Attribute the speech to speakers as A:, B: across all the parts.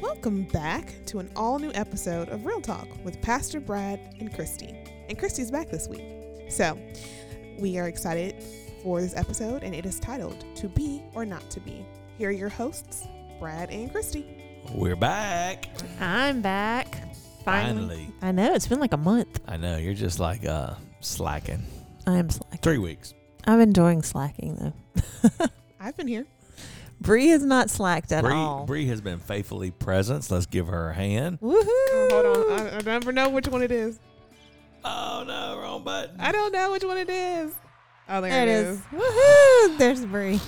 A: Welcome back to an all new episode of Real Talk with Pastor Brad and Christy. And Christy's back this week. So, we are excited for this episode, and it is titled To Be or Not to Be. Here are your hosts, Brad and Christy.
B: We're back.
C: I'm back.
B: Finally.
C: I know, it's been like a month.
B: I know, you're just like uh slacking.
C: I am slacking.
B: Three weeks.
C: I'm enjoying slacking though.
A: I've been here.
C: Bree has not slacked at
B: Bree,
C: all.
B: Bree has been faithfully present. Let's give her a hand.
C: Woohoo.
A: Oh, hold on. I, I never know which one it is.
B: Oh no, wrong button.
A: I don't know which one it is. Oh, there,
C: there it is. Woohoo. There's Bree.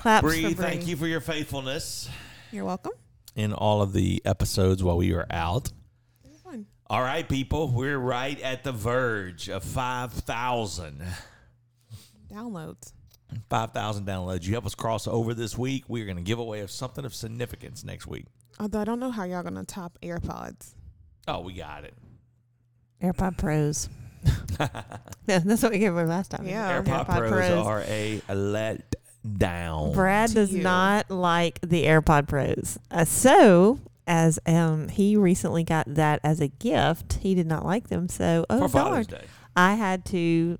C: Claps
B: Bree,
C: for Bree.
B: thank you for your faithfulness
A: You're welcome.
B: in all of the episodes while we were out.
A: It was fun.
B: All right, people, we're right at the verge of 5,000.
A: Downloads.
B: 5,000 downloads. You help us cross over this week. We're going to give away of something of significance next week.
A: Although I don't know how y'all gonna top AirPods.
B: Oh, we got it.
C: AirPod Pros. Yeah, that's what we gave her last time.
A: Yeah. Oh,
B: AirPod,
C: AirPod
B: Pros,
C: Oh, Pros.
B: are a let down.
C: Brad
A: To
C: does
A: you.
C: not like the AirPod Pros. Uh, so, as um, he recently got that as a gift, he did not like them. So, oh,
B: for Father's
C: darn.
B: Day.
C: I had to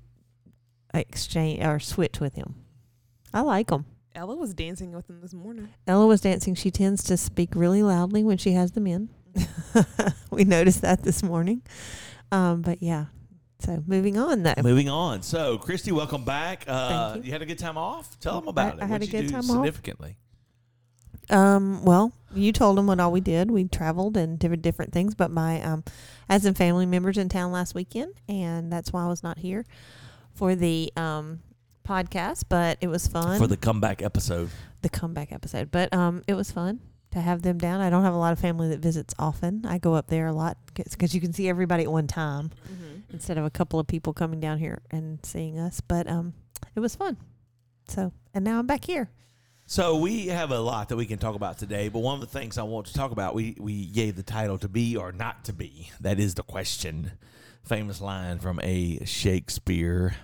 C: exchange or switch with him. I like them.
A: Ella was dancing with them this morning.
C: Ella was dancing. She tends to speak really loudly when she has them in. we noticed that this morning. Um, but yeah. So moving on though.
B: Moving on. So, Christy, welcome back. Uh,
C: Thank
B: you.
C: you.
B: had a good time off. Tell them about
C: I-
B: it.
C: I
B: What'd
C: had a
B: you
C: good
B: do
C: time off.
B: significantly.
C: Um, well, you told them what all we did. We traveled and did different things, but my um, as in family members in town last weekend, and that's why I was not here for the um, podcast. But it was fun
B: for the comeback episode.
C: the comeback episode. But um, it was fun to have them down. I don't have a lot of family that visits often. I go up there a lot because you can see everybody at one time
A: Mm-hmm.
C: instead of a couple of people coming down here and seeing us. But um, it was fun. So and now I'm back here.
B: So we have a lot that we can talk about today, but one of the things I want to talk about, we we gave the title to be or not to be. That is the question. Famous line from a Shakespeare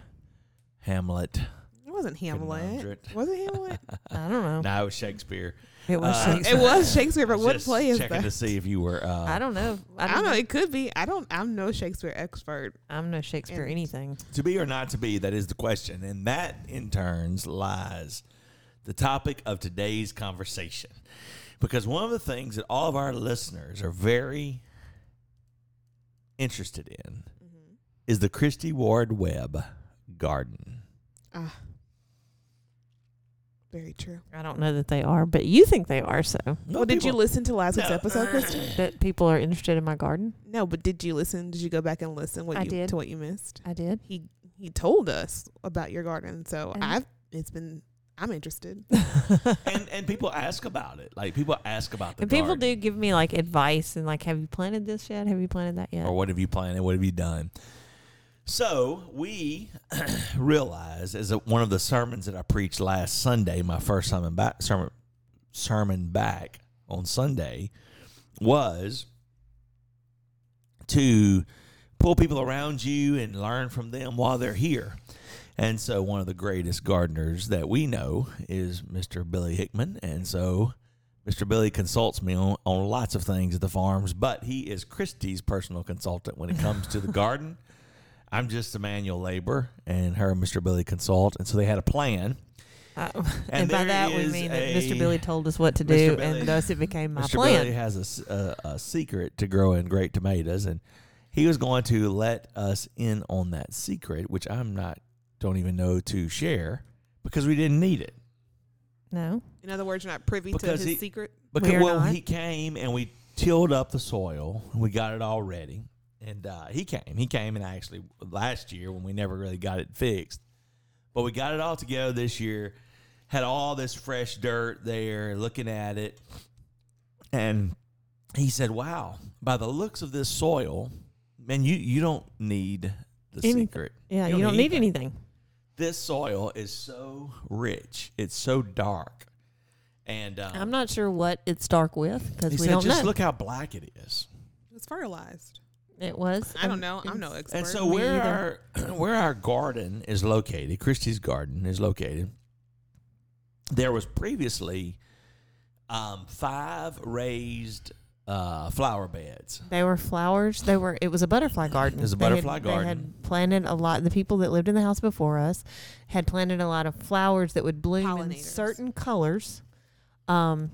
B: Hamlet.
A: It wasn't Hamlet.
B: Conundrum.
A: Was it Hamlet?
C: I don't know.
B: No, it was Shakespeare.
C: It was.
B: Uh,
C: Shakespeare.
A: it was Shakespeare, but what
B: Just
A: play is
B: checking
A: that?
B: to see if you were. Uh,
C: I don't know.
A: I don't know. It could be. I don't. I'm no Shakespeare expert.
C: I'm no Shakespeare
A: And-
C: anything.
B: To be or not to be, that is the question. And that in turns lies the topic of today's conversation. Because one of the things that all of our listeners are very interested in
A: Mm-hmm.
B: is the Christie Ward Webb garden.
A: Ah, very true.
C: I don't know that they are, but you think they are. So
B: No
A: well, did you
B: people-
A: listen to last week's
B: No.
A: episode, Kristen?
C: that people are interested in my garden.
A: No, but did you listen? Did you go back and listen what
C: I
A: you,
C: did.
A: to what you missed?
C: I did.
A: He he told us about your garden, so
C: And-
A: I've it's been I'm interested.
B: And, and people ask about it. Like people ask about the
C: And people
B: garden.
C: do give me like advice and like, have you planted this yet? Have you planted that yet?
B: or what have you planned and what have you done? So we realize as a, one of the sermons that I preached last Sunday, my first sermon back sermon sermon back on Sunday was to pull people around you and learn from them while they're here. And so one of the greatest gardeners that we know is Mr. Billy Hickman. And so Mr. Billy consults me on, on lots of things at the farms, but he is Christie's personal consultant when it comes to the garden. I'm just the manual labor, and her and Mr. Billy consult. And so they had a plan.
C: Uh, and,
B: And
C: by
B: there
C: that we
B: is
C: mean that Mr.
B: a-
C: Billy told us what to
B: Mr.
C: do,
B: Billy-
C: and thus it became my
B: Mr. Billy
C: plan.
B: has a s- a, a secret to growing great tomatoes, and he was going to let us in on that secret, which I'm not, don't even know to share because we didn't need it.
C: No,
A: In other words, you're not privy to
B: Because
A: his
B: he-
A: secret.
B: Because
C: We are
B: well,
C: not.
B: he came and we tilled up the soil. and We got it all ready, and uh, he came. He came and actually last year when we never really got it fixed, but we got it all together this year. Had all this fresh dirt there, looking at it, and he said, "Wow, by the looks of this soil, man, you you don't need the
C: Anything.
B: secret.
C: yeah, you don't need
B: anything
C: anything.
B: This soil is so rich. It's so dark." And um,
C: I'm not sure what it's dark with because
B: he
C: we
B: said,
C: don't
B: just
C: know.
B: look how black it is.
A: It was fertilized.
C: it was.
A: I don't
C: um,
A: know. I'm
C: it's-
A: no expert.
B: And so
C: me
B: where
C: either.
B: our where our garden is located, Christie's garden is located. There was previously um, five raised uh, flower beds.
C: They were flowers. They were. It was a butterfly garden.
B: It was a
C: They had-
B: butterfly
C: They
B: garden.
C: had planted a lot. The people that lived in the house before us had planted a lot of flowers that would bloom in
A: Pollinators.
C: certain colors. Um,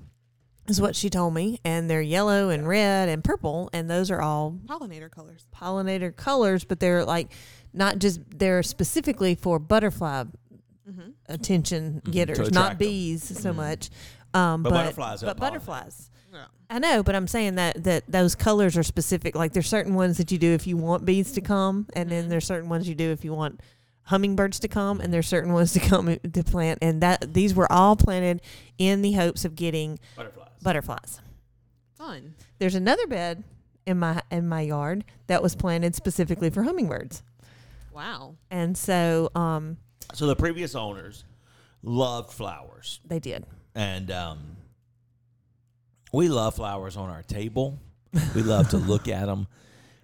C: is what she told me, and they're yellow and red and purple, and those are all
A: Pollinator colors.
C: pollinator colors, but they're like not just they're specifically for butterfly
A: Mm-hmm.
C: attention
B: Mhm, to
C: getters,
B: attract
C: not
B: them.
C: bees so
B: Mhm.
C: much. Um,
B: But
C: but,
B: butterflies help
C: But butterflies.
A: Yeah.
C: I know, but I'm saying that that those colors are specific. Like there's certain ones that you do if you want bees to come, and then
B: Mm-hmm.
A: Mhm.
C: there's certain ones you do if you want hummingbirds to come, and there's certain ones to come i- to plant. And that these were all planted in the hopes of getting
B: Butterflies.
C: butterflies.
A: Fun.
C: There's another bed in my in my yard that was planted specifically for hummingbirds,
A: Wow.
C: and so um,
B: So the previous owners loved flowers,
C: they did.
B: and um, we love flowers on our table. We love to look at them.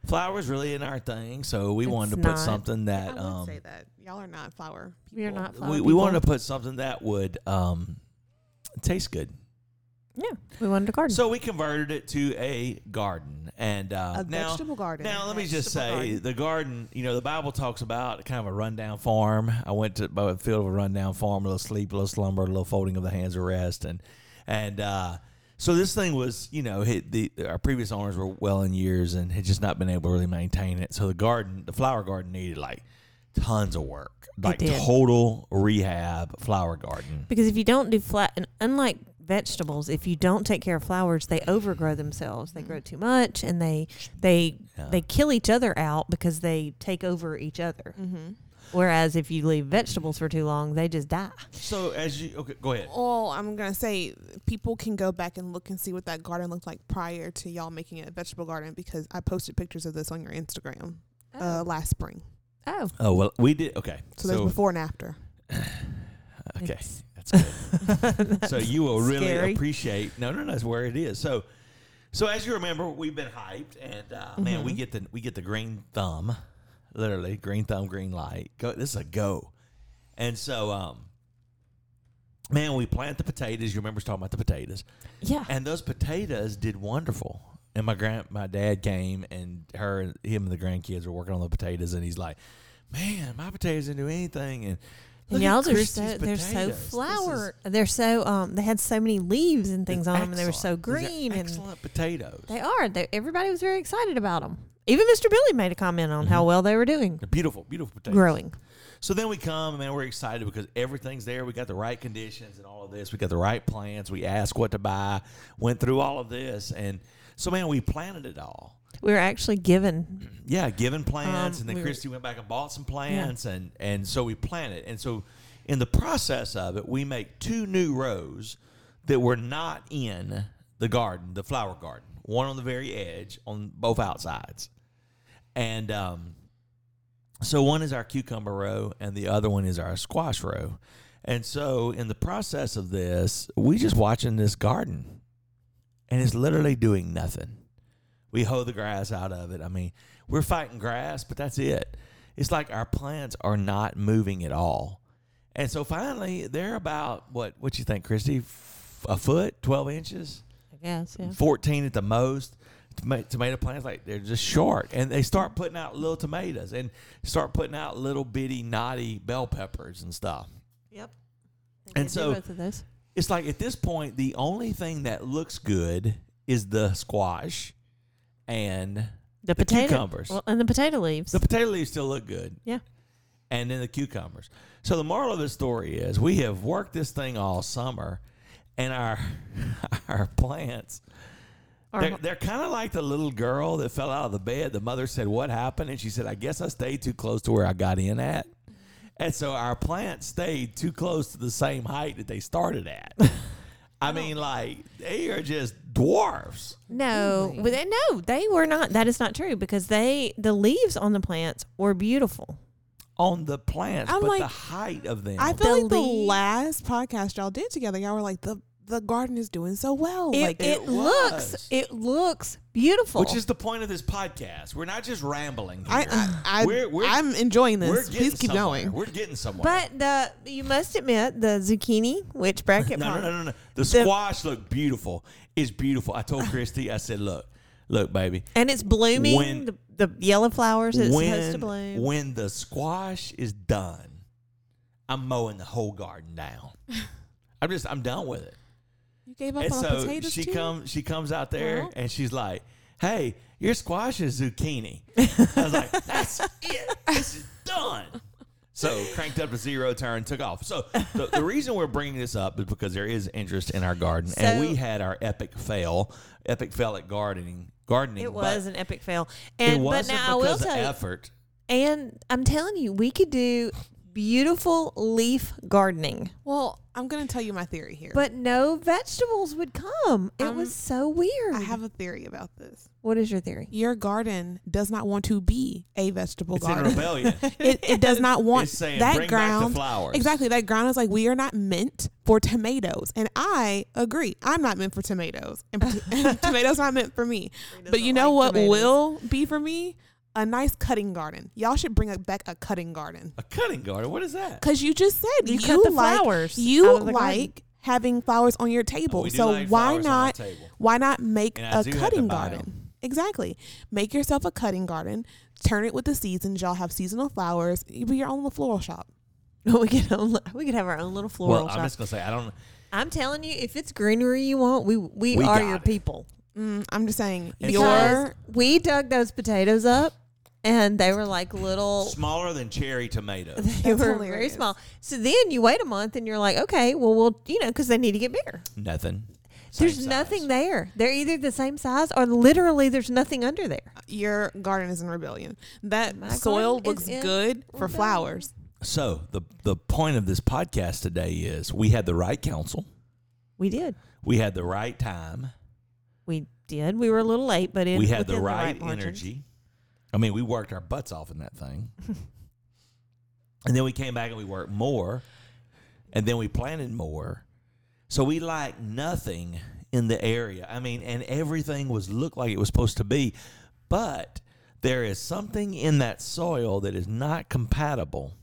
B: Flowers really in our thing, so we wanted to
C: It's
B: put
C: not-
B: something
A: I
B: that
A: would
B: um,
A: say that y'all are not flower.
C: We are
A: people.
C: not flower
B: we, we
C: people.
B: wanted to put something that would um, taste good.
C: yeah we wanted a garden.
B: So we converted it to a garden, and uh,
A: A
B: now
A: vegetable garden.
B: Now, let me just say
A: Vegetable garden.
B: the garden, you know, the Bible talks about kind of a rundown farm. I went to by a field of a rundown farm, a little sleep, a little slumber, a little folding of the hands of rest. And, and, uh, so this thing was, you know, hit the, our previous owners were well in years and had just not been able to really maintain it. So the garden, the flower garden needed like tons of work, like
C: did.
B: total rehab flower garden.
C: Because if you don't do flat, and unlike vegetables, if you don't take care of flowers, they overgrow themselves. They grow too much, and they they
B: Mm-hmm. Yeah.
C: they kill each other out because they take over each other.
A: Mhm.
C: Whereas if you leave vegetables for too long, they just die.
B: So as you, okay, go ahead.
A: Oh, I'm gonna say people can go back and look and see what that garden looked like prior to y'all making it a vegetable garden because I posted pictures of this on your Instagram uh, last spring.
C: oh,
B: Oh, well, we did. Okay.
A: So, there's before and after.
B: okay.
C: It's-
B: That's good. so you will really
C: Scary.
B: appreciate. No, no, no, that's where it is. So, so as you remember, we've been hyped, and uh, man,
C: Mm-hmm.
B: we get the we get the green thumb, literally green thumb, green light. Go, this is a go, and so um, man, we plant the potatoes. You remember us talking about the potatoes,
C: yeah.
B: and those potatoes did wonderful. And my grand, my dad came, and her, and him, and the grandkids were working on the potatoes, and he's like, "Man, my potatoes didn't do anything." And
C: And
B: look at
C: y'all's are
B: Christy's
C: so they're so
B: potatoes. This is
C: flower. They're so um they had so many leaves and things on them, and they were so
B: Excellent. These are
C: green and
B: excellent potatoes.
C: They are. They, everybody was very excited about them. Even Mr. Billy made a comment on
B: Mm-hmm.
C: how well they were doing
B: They're beautiful, beautiful potatoes.
C: growing.
B: So then we come, man, we're excited because everything's there. We got the right conditions and all of this. We got the right plants. We asked what to buy. Went through all of this, and so man, we planted it all.
C: We were actually given.
B: Yeah, given plants,
C: Um,
B: and then
C: we were-
B: Christy went back and bought some plants, and and so we planted. And so in the process of it, we make two new rows that were not in the garden, the flower garden. One on the very edge, on both outsides, and um, so one is our cucumber row, and the other one is our squash row. And so in the process of this, we just watching this garden, and it's literally doing nothing. We hoe the grass out of it. I mean, we're fighting grass, but that's it. It's like our plants are not moving at all. And so finally, they're about what? What you think, Christy? F- A foot, twelve inches,
C: I guess. Yeah.
B: fourteen at the most. Toma- Tomato plants like they're just short, and they start putting out little tomatoes and start putting out little bitty knotty bell peppers and stuff.
C: Yep.
B: And did so- both
C: both of those.
B: It's like at this point, the only thing that looks good is the squash and
C: The,
B: the
C: potato.
B: cucumbers.
C: Well, and the potato leaves.
B: The potato leaves still look good.
C: Yeah.
B: And then the cucumbers. So the moral of the story is we have worked this thing all summer and our our plants
C: Or-
B: they're, they're kind of like the little girl that fell out of the bed. The mother said, "What happened?" and she said, "I guess I stayed too close to where I got in at." And so our plants stayed too close to the same height that they started at. I mean, like they are just dwarfs.
C: no, well, they, no, they were not. That is not true because they the leaves on the plants were beautiful.
B: On the plants,
A: I'm
B: but
A: like-
B: the height of them.
A: I feel
C: The
A: like the
C: leaves-
A: last podcast y'all did together, y'all were like the the garden is doing so well.
C: It,
A: Oh, like
C: it,
B: It was.
C: looks it looks beautiful.
B: Which is the point of this podcast. We're not just rambling here.
A: I, uh, I, I
B: We're- we're-
A: I'm enjoying
B: We're
A: this.
B: getting
A: Please keep
B: somewhere.
A: going.
B: We're getting somewhere.
C: but the you must admit the zucchini, which bracket
B: no, no,
C: farm-
B: no, no, no. The squash looked beautiful. It's beautiful. I told Christy, I said, look, look, baby.
C: and it's blooming.
B: When-
C: the, the yellow flowers that it's supposed to
B: When,
C: bloom.
B: when the squash is done, I'm mowing the whole garden down. I'm just, I'm done with it.
A: You gave up
B: and
A: on
B: so
A: potatoes
B: she
A: too.
B: comes she comes out there
C: Uh-huh.
A: Well.
B: and she's like hey your squash is zucchini i was like that's it this is done so cranked up to zero turn took off so the, the reason we're bringing this up is because there is interest in our garden and
C: So-
B: we had our epic fail epic fail at gardening gardening
C: it
B: but
C: was an epic fail.
B: it
C: And but
B: wasn't
C: now I will
B: because of
C: tell you,
B: effort
C: and I'm telling you, we could do beautiful leaf gardening,
A: well, I'm gonna tell you my theory here.
C: but no vegetables would come. It
A: Um,
C: was so weird.
A: I have a theory about this.
C: what is your theory?
A: Your garden does not want to be a vegetable
B: it's in
A: garden.
B: rebellion
A: it, it does not want
B: it's saying
A: that
B: bring
A: ground.
B: back the flowers
A: Exactly. That ground is like, we are not meant for tomatoes. And I agree. I'm not meant for tomatoes. And pot- tomatoes not meant for me. But you know what
C: like tomatoes.
A: will be for me? A nice cutting garden. Y'all should bring a- back a cutting garden.
B: a cutting garden what is that
A: Because you just said
C: You
A: you,
C: cut the
A: like,
C: flowers out
A: You
C: of the garden.
A: like having flowers on your table.
B: we do
A: so
B: like
A: why
B: flowers on our
A: not
B: table.
A: why not make
B: And I
A: a
B: do have to
A: cutting
B: buy 'em.
A: garden? Exactly. Make yourself a cutting garden. Turn it with the seasons. Y'all have seasonal flowers. You be your own little floral shop.
C: we could own, we could have our own little floral
B: well i'm
C: shop.
B: just gonna say i don't
C: I'm telling you, if it's greenery you want, we we,
B: We
C: are
B: got
C: your
B: it.
C: people.
A: Mm, I'm just saying.
B: It's
A: your
C: Because we dug those potatoes up, and they were like little.
B: smaller than cherry tomatoes
C: They
A: That's
C: were very
A: hilarious.
C: small. So then you wait a month, and you're like, okay, well, we'll you know, because they need to get bigger.
B: Nothing.
C: there's nothing there. They're either the same size or literally there's nothing under there.
A: your garden is in rebellion. That
C: My
A: soil
C: garden is
A: looks
C: in
A: good for
C: rebellion.
A: flowers.
B: So the the point of this podcast today is we had the right counsel,
C: We did.
B: we had the right time,
C: We did. We were a little late, but it
B: we had the right, energy. I mean, we worked our butts off in that thing, and then we came back and we worked more, and then we planted more. So we lacked nothing in the area. I mean, and everything was looked like it was supposed to be, but there is something in that soil that is not compatible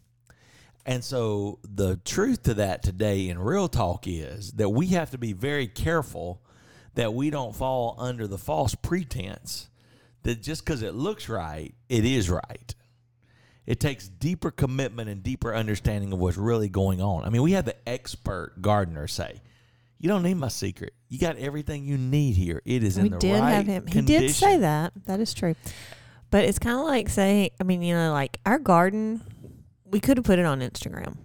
B: And so the truth to that today in real talk is that we have to be very careful that we don't fall under the false pretense that just because it looks right, it is right. It takes deeper commitment and deeper understanding of what's really going on. I mean, we had the expert gardener say, "You don't need my secret. You got everything you need here. It is
C: We
B: in the
C: did
B: right
C: have him. He
B: condition."
C: did say that. That is true. But it's kind of like saying, I mean, you know, like our garden, we could have put it on Instagram.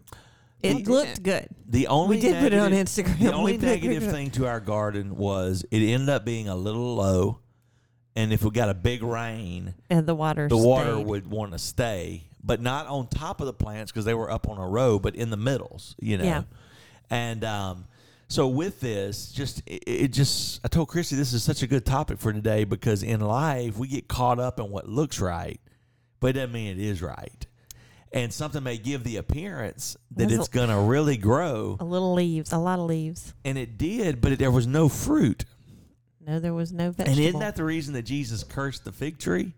C: It
A: We
C: looked good.
B: The only
C: we did put it on
B: negative-
C: Instagram.
B: The
C: We
B: only
C: put it-
B: negative thing to our garden was it ended up being a little low, and if we got a big rain,
C: And the water.
B: the water
C: stayed.
B: would want to stay, but not on top of the plants because they were up on a row, but in the middles, you know.
C: Yeah.
B: And um, so with this, just it, it just I told Christy this is such a good topic for today because in life we get caught up in what looks right, but it doesn't mean it is right. And something may give the appearance that
C: That's a-
B: it's going to really grow,
C: A little leaves, a lot of leaves.
B: and it did, but it, there was no fruit.
C: No, there was no vegetable.
B: And isn't that the reason that Jesus cursed the fig tree?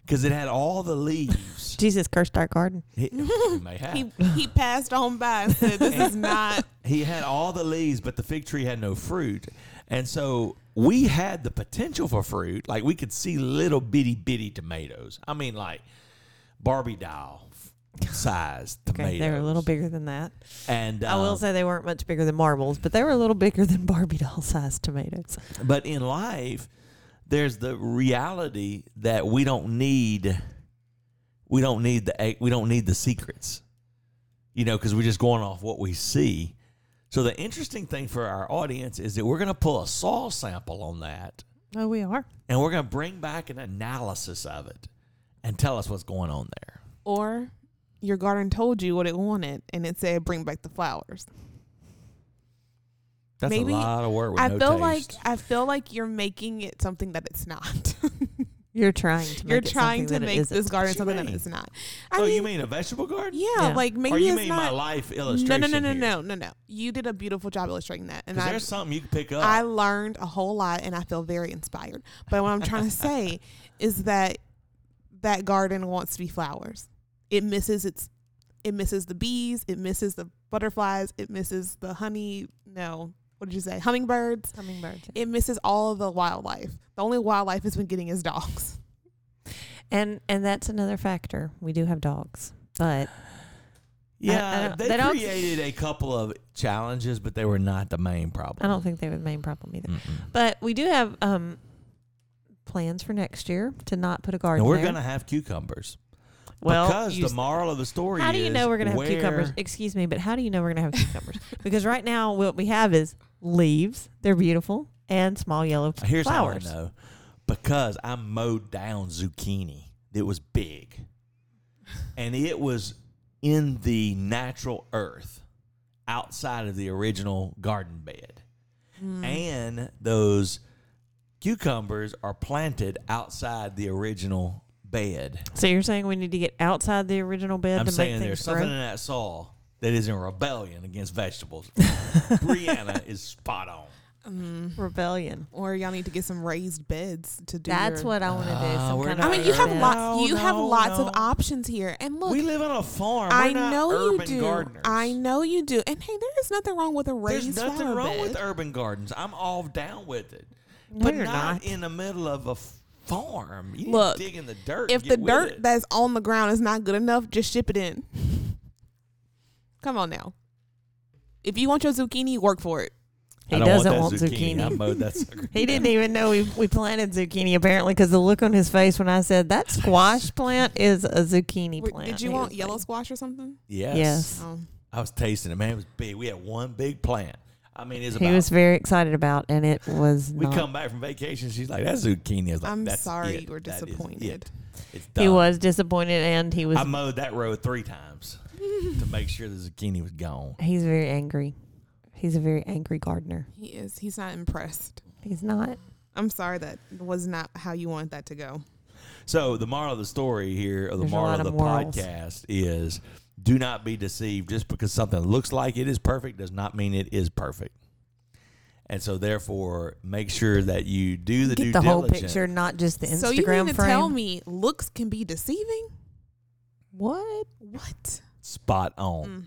B: Because it had all the leaves.
C: Jesus cursed our garden.
B: He- he may have.
A: He he passed on by and said, "This is not."
B: He had all the leaves, but the fig tree had no fruit. And so we had the potential for fruit. Like we could see little bitty bitty tomatoes. I mean, like Barbie doll size tomatoes.
C: Okay, they were a little bigger than that.
B: And
C: I will
B: um,
C: say they weren't much bigger than marbles, but they were a little bigger than Barbie doll sized tomatoes.
B: But in life, there's the reality that we don't need we don't need the we don't need the secrets. You know, cuz we're just going off what we see. So the interesting thing for our audience is that we're going to pull a soil sample on that
C: Oh, we are.
B: and we're going to bring back an analysis of it and tell us what's going on there.
A: Or your garden told you what it wanted, and it said, "Bring back the flowers."
B: That's
A: Maybe-
B: a lot of work with
A: I
B: no
A: feel
B: taste.
A: like I feel like you're making it something that it's not.
C: You're trying to make
A: You're
C: it something
A: trying to
C: that it
A: make
C: isn't.
A: this garden
B: What you
A: something that
B: mean?
A: it's not. I
B: oh,
A: mean,
B: you mean a vegetable garden?
A: yeah,
C: Yeah.
A: like maybe
B: or you
A: it's
B: mean my
A: not.
B: life
A: no,
B: illustration?
A: no, no, no,
B: here?
A: no, no, no. You did a beautiful job illustrating that, and
B: 'Cause
A: I
B: there's something you can pick up.
A: I learned a whole lot, and I feel very inspired. But what I'm trying to say is that that garden wants to be flowers. It misses its, it misses the bees, it misses the butterflies, it misses the honey. No, what did you say? Hummingbirds.
C: hummingbirds.
A: It misses all of the wildlife. The only wildlife it's been getting is dogs.
C: And and that's another factor. We do have dogs, but I- I
B: yeah,
C: don't-
B: they,
C: they don't-
B: created a couple of challenges, but they were not the main problem.
C: I don't think they were the main problem either.
B: Mm-mm.
C: But we do have um plans for next year to not put a garden.
B: And we're
C: there.
B: gonna have cucumbers.
C: well
B: because
C: you
B: the moral of the story.
C: How do you
B: is
C: know we're going to have
B: where-
C: cucumbers? Excuse me, but how do you know we're going to have cucumbers? because right now, what we have is leaves. They're beautiful and small yellow
B: Here's
C: flowers.
B: how I know because I mowed down zucchini. It was big, and it was in the natural earth outside of the original garden bed,
A: Hmm.
B: and those cucumbers are planted outside the original bed.
C: So you're saying we need to get outside the original bed
B: I'm
C: to
B: saying
C: make
B: there's
C: things grow?
B: something in that saw that is in rebellion against vegetables. Brianna is spot on.
A: Mm-hmm.
C: Rebellion.
A: Or y'all need to get some raised beds to do.
C: That's
A: your-
C: what I want to do.
B: Ah,
C: Some
B: we're
C: kind
B: not
A: I
C: of
A: mean. You have
C: urban-
A: lots. You
B: No,
A: have
B: no,
A: lots
B: no.
A: of options here, and look.
B: we live on a farm. We're
A: I
B: not
A: know you
B: urban
A: do.
B: Gardeners.
A: I know you do. And hey, there is nothing wrong with a
B: There's
A: raised
B: nothing
A: flower
B: wrong
A: bed.
B: with urban gardens. I'm all down with it, but
C: you're
B: not,
C: not.
B: in the middle of a f- farm. You
A: Look,
B: dig in the dirt.
A: if
B: get
A: the
B: with
A: dirt
B: it.
A: that's on the ground is not good enough, just ship it in. Come on now. If you want your zucchini, work for it.
C: He doesn't want zucchini.
B: I mowed that sucker.
C: He didn't even know we, we planted zucchini apparently because the look on his face when I said that squash plant is a zucchini
A: Wait,
C: plant.
A: Did you
C: He
A: want
C: was
A: yellow
C: like,
A: squash or something?
B: Yes.
C: Yes.
A: Oh.
B: I was tasting it. Man, it was big. We had one big plant. I mean, it's
C: He
B: about.
C: was very excited about, and it was
B: we
C: not.
B: come back from vacation. She's like, "That zucchini." I was like,
A: I'm
B: "That's
A: sorry
B: it.
A: you were
B: That is
A: disappointed.
B: it. It's
C: he
B: done."
C: was disappointed, and he was.
B: I mowed that road three times to make sure the zucchini was gone.
C: he's very angry. He's a very angry gardener.
A: He is. He's not impressed.
C: He's not.
A: I'm sorry that was not how you wanted that to go.
B: So the moral of the story here, or the
C: There's a
B: moral
C: lot
B: of the
C: of morals.
B: podcast is: do not be deceived. Just because something looks like it is perfect does not mean it is perfect. And so, therefore, make sure that you do the due
C: Get the whole
B: diligence.
C: picture, not just the Instagram
A: so you mean to
C: frame.
A: tell me looks can be deceiving?
C: what?
A: What?
B: Spot on.
A: Mm.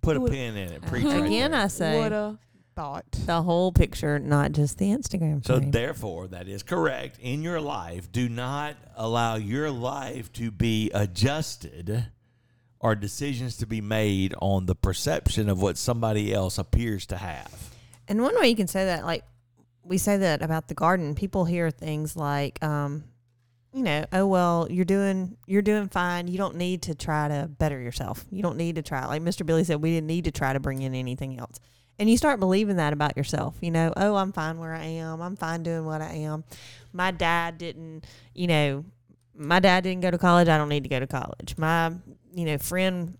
B: Put a
A: Who-
B: pin in it. Preach right
C: Again,
B: there.
C: I say
A: What a thought.
C: the whole picture, not just the Instagram
B: So
C: frame.
B: therefore, that is correct. In your life, do not allow your life to be adjusted or decisions to be made on the perception of what somebody else appears to have.
C: And one way you can say that, like we say that about the garden, people hear things like, um, you know, oh well, you're doing you're doing fine. You don't need to try to better yourself. You don't need to try. Like Mr. Billy said, we didn't need to try to bring in anything else. And you start believing that about yourself. You know, oh, I'm fine where I am. I'm fine doing what I am. My dad didn't, you know, my dad didn't go to college. I don't need to go to college. My, you know, friend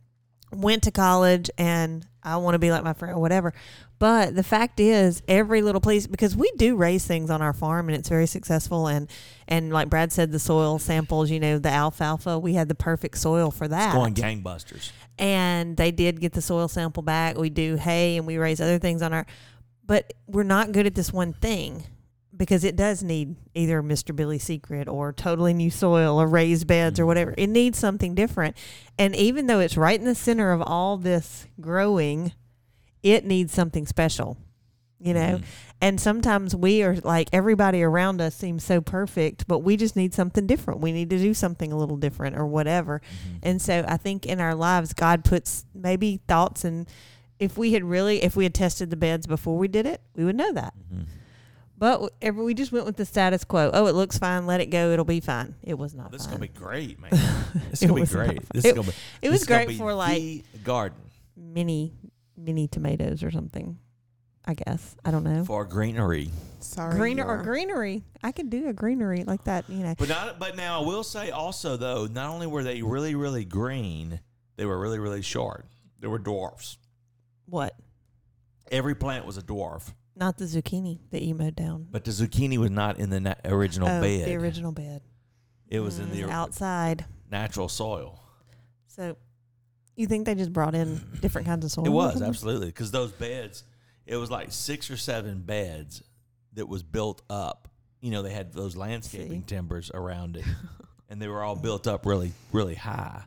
C: went to college and I want to be like my friend or whatever. But the fact is, every little place because we do raise things on our farm and it's very successful and and like Brad said, the soil samples, you know, the alfalfa, we had the perfect soil for that
B: Going gangbusters.
C: and they did get the soil sample back. We do hay and we raise other things on our, but we're not good at this one thing because it does need either Mr. Billy Secret or totally new soil or raised beds or whatever. It needs something different. And even though it's right in the center of all this growing, it needs something special, you know?
B: Mm-hmm.
C: And sometimes we are like everybody around us seems so perfect, but we just need something different. We need to do something a little different or whatever.
B: Mm-hmm.
C: And so I think in our lives, God puts maybe thoughts and if we had really, if we had tested the beds before we did it, we would know that.
B: Mm-hmm.
C: But whatever, we just went with the status quo. Oh, it looks fine. Let it go. It'll be fine. It was not
B: This is
C: fine.
B: gonna be great, man. This is gonna be
C: was not
B: great.
C: fun.
B: This
C: It-
B: is gonna be.
C: it was
B: this is gonna
C: great
B: be
C: for, like- Mm-hmm.
B: the garden
C: mini, mini tomatoes or something. I guess I don't know.
B: for greenery.
A: Sorry.
C: Greener or
A: you're-
C: greenery. I could do a greenery like that. You know.
B: But not. But now I will say also though, not only were they really really green, they were really really short. They were dwarfs.
C: What?
B: Every plant was a dwarf,
C: Not the zucchini that you mowed down.
B: but the zucchini was not in the na- original
C: oh,
B: bed.
C: the original bed. Mm,
B: It was in the
C: outside.
B: natural soil.
C: So you think they just brought in different kinds of soil?
B: It was
C: Mhm.
B: absolutely because those beds, it was like six or seven beds that was built up. You know, they had those landscaping
C: See.
B: timbers around it, and they were all built up really, really high.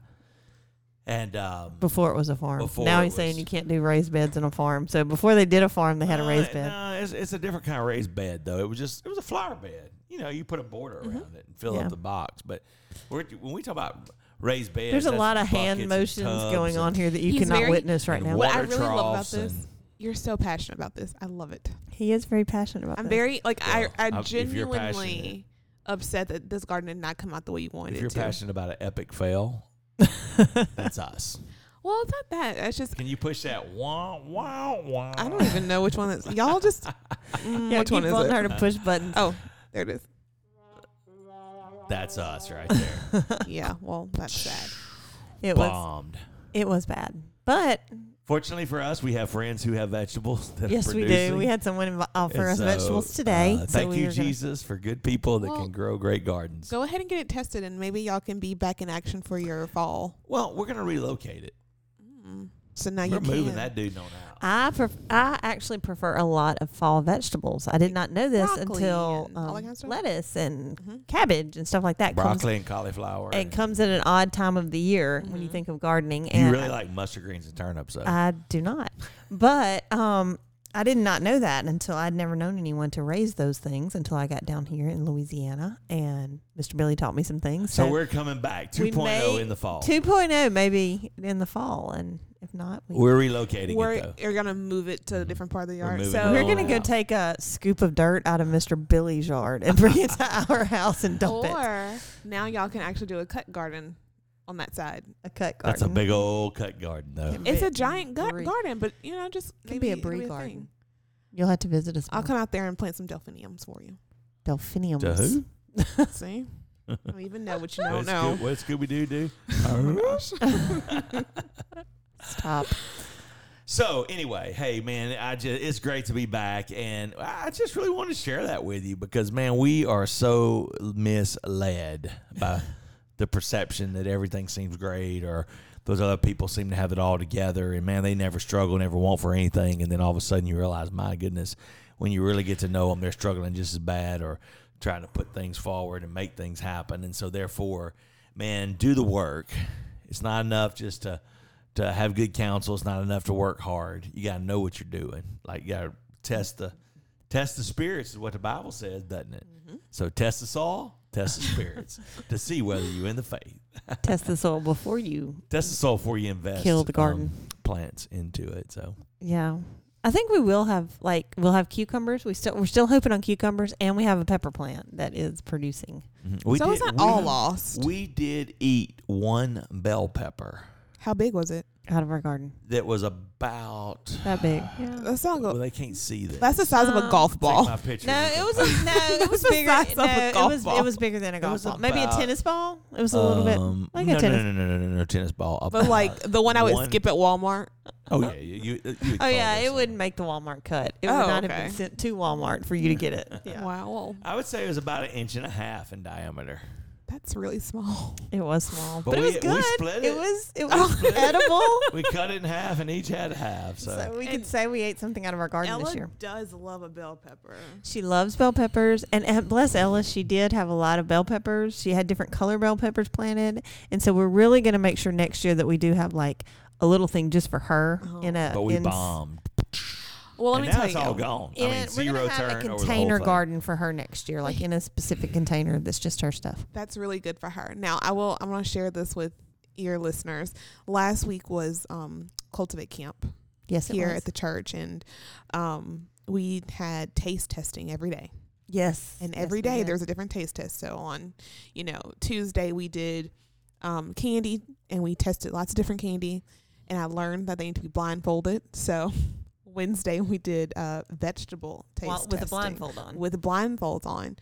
B: And um,
C: Before it was a farm.
B: Before
C: now
B: it
C: he's saying
B: was-
C: you can't do raised beds in a farm. So before they did a farm, they had a
B: uh,
C: raised bed.
B: No, it's, it's a different kind of raised bed though. It was just it was a flower bed. You know, you put a border around it and fill
C: Mm-hmm. Yeah.
B: up the box. But we're, when we talk about raised beds,
C: There's a
B: that's
C: lot of hand
B: buckets and
C: motions
B: tubs
C: going
B: and-
C: on here that you
A: He's
C: cannot
A: very-
C: witness right
B: and
C: now.
A: What I
B: water
A: really love about
B: troughs
A: this,
B: and-
A: you're so passionate about this. I love it. Uh,
C: He is very passionate about
A: I'm
C: this.
A: very like
B: Well,
A: I, I
B: I- if you're
A: genuinely upset that this garden did not come out the way you wanted
B: If you're
A: it to.
B: passionate about an epic fail, that's us.
A: Well, it's not that. It's just
B: Can you push that? Wah, wah, wah.
A: I don't even know which one is. Y'all just mm,
C: Yeah,
A: which one
C: keep
A: is
C: wanting
A: it?
C: her to push buttons.
A: Oh, there it is.
B: That's us right there.
A: Yeah. Well, that's sad.
C: It was
B: Bombed.
C: it was bad. But
B: Fortunately for us, we have friends who have vegetables that
C: yes,
B: are
C: we
B: producing.
C: do. We had someone inv- offer
B: And
C: us
B: so,
C: vegetables today.
B: uh,
C: so
B: thank
C: we
B: you,
C: are gonna-
B: Jesus, for good people that
A: Well-
B: can grow great gardens.
A: Go ahead and get it tested, and maybe y'all can be back in action for your fall.
B: Well, we're gonna relocate it.
A: Mm. So
C: Uh,
A: now
B: we're
A: you
B: moving
A: can.
B: that dude on out.
C: I pref- I actually prefer a lot of fall vegetables. I did not know this
A: Broccoli
C: until
A: and all that kind
C: um,
A: of stuff?
C: lettuce and
A: Mhm.
C: cabbage and stuff like that comes.
B: Broccoli and cauliflower.
C: It
B: and-
C: comes at an odd time of the year when you
A: Mhm.
C: think of gardening. And
B: you really like mustard greens and turnips, though.
C: I do not. But um, I did not know that until I'd never known anyone to raise those things until I got down here in Louisiana and Mr. Billy taught me some things.
B: so we're coming back
C: we
B: 2.0
C: may-
B: in the fall.
C: 2.0 maybe in the fall, and if not, we,
B: we're relocating it
A: We're
B: though.
A: you're gonna move it to a different part of the yard.
B: Mm-hmm. moving
A: So
B: it
C: we're
B: Oh,
C: gonna go
B: yeah.
C: take a scoop of dirt out of Mr. Billy's yard and bring it to our house and dump it.
A: or now y'all can actually do a cut garden on that side.
B: Mm-hmm.
C: A cut garden.
B: That's a big old cut garden though.
C: Can
A: It's
C: be
A: a giant gut
C: brie-
A: garden, but you know, just
C: Can
A: maybe
C: be a
A: it'll
C: brie
A: thing.
C: garden. You'll have to visit us.
A: I'll
C: more.
A: come out there and plant some delphiniums for you.
C: Delphiniums.
B: To who?
A: See, I don't even know what you
B: What
A: don't
B: does
A: know.
B: Scoo- What Scooby Doo do?
C: Uh, Stop.
B: So anyway, hey man, I just it's great to be back, and I just really want to share that with you because man, we are so misled by the perception that everything seems great or those other people seem to have it all together, and man, they never struggle, never want for anything, and then all of a sudden you realize, my goodness, when you really get to know them, they're struggling just as bad or trying to put things forward and make things happen, and so therefore, man, do the work. It's not enough just to to have good counsel it's not enough to work hard you got to know what you're doing like you got to test the test the spirits is what the bible says doesn't it so test the soul test the spirits to see whether you're in the faith
C: Test the soil before you
B: test the soul before you invest
C: kill the garden.
B: um, plants into it so
C: Yeah. I think we will have like we'll have cucumbers. We still we're still hoping on cucumbers and we have a pepper plant that is producing.
B: mhm. we
A: so it's not
B: we-
A: all lost.
B: we did eat one bell pepper
A: How big was it?
C: Out of our garden.
B: that was about
C: That big. Yeah.
A: That's not
B: well
A: go.
B: they can't see this
A: That's the size of a
C: Um,
A: golf
B: Take
A: ball.
B: my picture
C: No,
B: with
C: it
B: the-
C: was a, no, it was
A: The
C: bigger.
A: size of
C: No,
A: a
C: it
A: golf
C: was it
A: ball.
C: was bigger than a golf
B: was
C: ball. Maybe a
B: about-
C: tennis ball. It was a little bit.
B: Um,
C: like a
B: no,
C: tennis-
B: no, no, no, no, no, no, tennis ball.
A: But like the one I would
B: One-
A: skip at Walmart.
B: Oh yeah, you. you, you
C: Oh yeah, it wouldn't make the Walmart cut. It would
A: Oh,
C: not have
A: okay.
C: been sent to Walmart for you to get it. Yeah.
A: Wow,
B: I would say it was about an inch and a half in diameter.
A: that's really small.
C: It was small, but,
B: But
C: it
B: we-
C: was
B: we
C: good.
B: split
C: it
B: it.
C: was it was edible.
B: We cut it in half, and each had a half. So,
C: So we could
A: And
C: say we ate something out of our garden this year.
A: does love a bell pepper.
C: She loves bell peppers, and, and bless Ella, she did have a lot of bell peppers. She had different color bell peppers planted, and so we're really going to make sure next year that we do have like a little thing just for her
A: Oh.
C: in a.
B: but we
C: in,
B: bombed.
A: Well, let
B: and
A: me
B: now
A: tell
B: it's all
A: you.
B: gone.
C: In,
B: I mean,
C: we're
B: zero
C: gonna have
B: turn
C: a
B: over the whole
C: container
B: thing.
C: garden for her next year, like in a specific container that's just her stuff.
A: That's really good for her. Now, I will. I'm going to share this with your listeners. Last week was um, cultivate camp
C: Yes, it
A: here
C: was.
A: at the church, and um, we had taste testing every day.
C: yes,
A: And
C: yes,
A: every
C: we
A: day
C: did.
A: there's a different taste test. So on, you know, Tuesday we did um, candy and we tested lots of different candy. And I learned that they need to be blindfolded. So Wednesday we did uh, vegetable taste
C: Well, with a
A: testing
C: blindfold on.
A: with blindfolds on,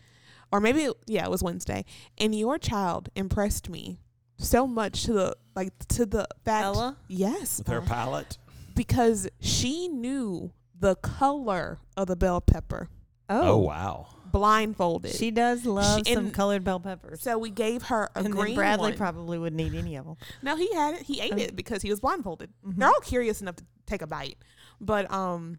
A: or maybe yeah, it was Wednesday. And your child impressed me so much to the like to the fact
C: Ella,
A: yes uh,
B: with her palette.
A: because she knew the color of the bell pepper
B: Oh
C: oh,
B: wow!
A: blindfolded.
C: She does love
A: She-
C: some
A: and-
C: colored bell peppers.
A: so we gave her a
C: And then
A: green
C: Bradley
A: one.
C: probably wouldn't eat any of them.
A: No, he had it. He ate it because he was blindfolded.
C: Mm-hmm.
A: They're all curious enough to take a bite. But um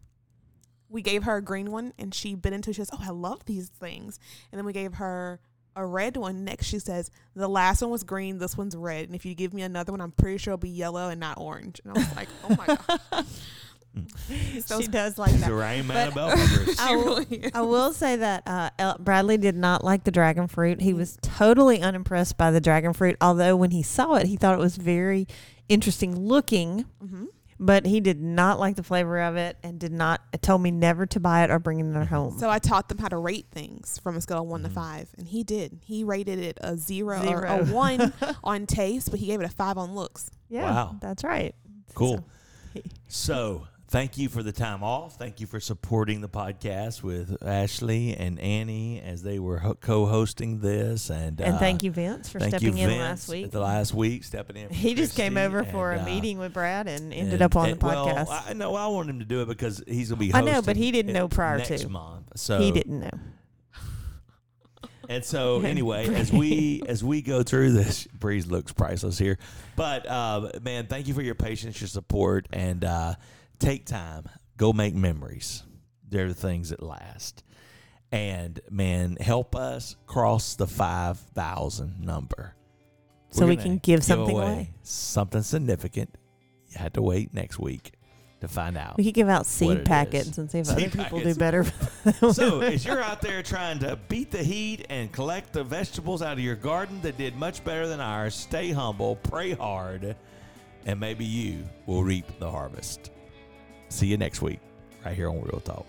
A: we gave her a green one and she bit into it. She says, Oh, I love these things. And then we gave her a red one. Next she says, The last one was green, this one's red. And if you give me another one, I'm pretty sure it'll be yellow and not orange. And I was like, Oh my god. So
C: she does like that.
B: The rain man of bell peppers.
A: she really is.
C: I will say that uh, El- Bradley did not like the dragon fruit. He was totally unimpressed by the dragon fruit, although when he saw it, he thought it was very interesting looking.
A: Mm-hmm.
C: But he did not like the flavor of it and did not told me never to buy it or bring it home.
A: So I taught them how to rate things from a scale of one to five, and he did. He rated it a zero, or a
C: Mm-hmm. Zero.
A: one on taste, but he gave it a five on looks.
C: yeah,
B: Wow.
C: that's right.
B: Cool.
C: So-
B: So, thank you for the time off. Thank you for supporting the podcast with Ashley and Annie as they were ho- co-hosting this, and
C: and
B: uh,
C: thank you, Vince, for
B: thank
C: stepping
B: you,
C: in
B: Vince,
C: last week.
B: at The last week, stepping in. for
C: he just came
B: Christy,
C: over for
B: and,
C: a
B: uh,
C: meeting with Brad and ended
B: and-
C: up on
B: and-
C: the podcast.
B: Well, I know I want him to do it because he's gonna be.
C: I
B: Hosting
C: know, but he didn't
B: it
C: know prior
B: next
C: to.
B: month. So uh,
C: he didn't know.
B: And so, anyway, as we as we go through this, Breeze looks priceless here. But uh, man, thank you for your patience, your support, and uh, take time. Go make memories. They're the things that last. And man, help us cross the five thousand number.
C: So
B: We're
C: we
B: gonna
C: can give something away.
B: Something significant. You had to wait next week to find out.
C: We could give out
B: what it is.
C: seed packets and see if
B: Seed
C: other people
B: packets.
C: do better.
B: so as you're out there trying to beat the heat and collect the vegetables out of your garden that did much better than ours, stay humble, pray hard, and maybe you will reap the harvest. See you next week, right here on Real Talk.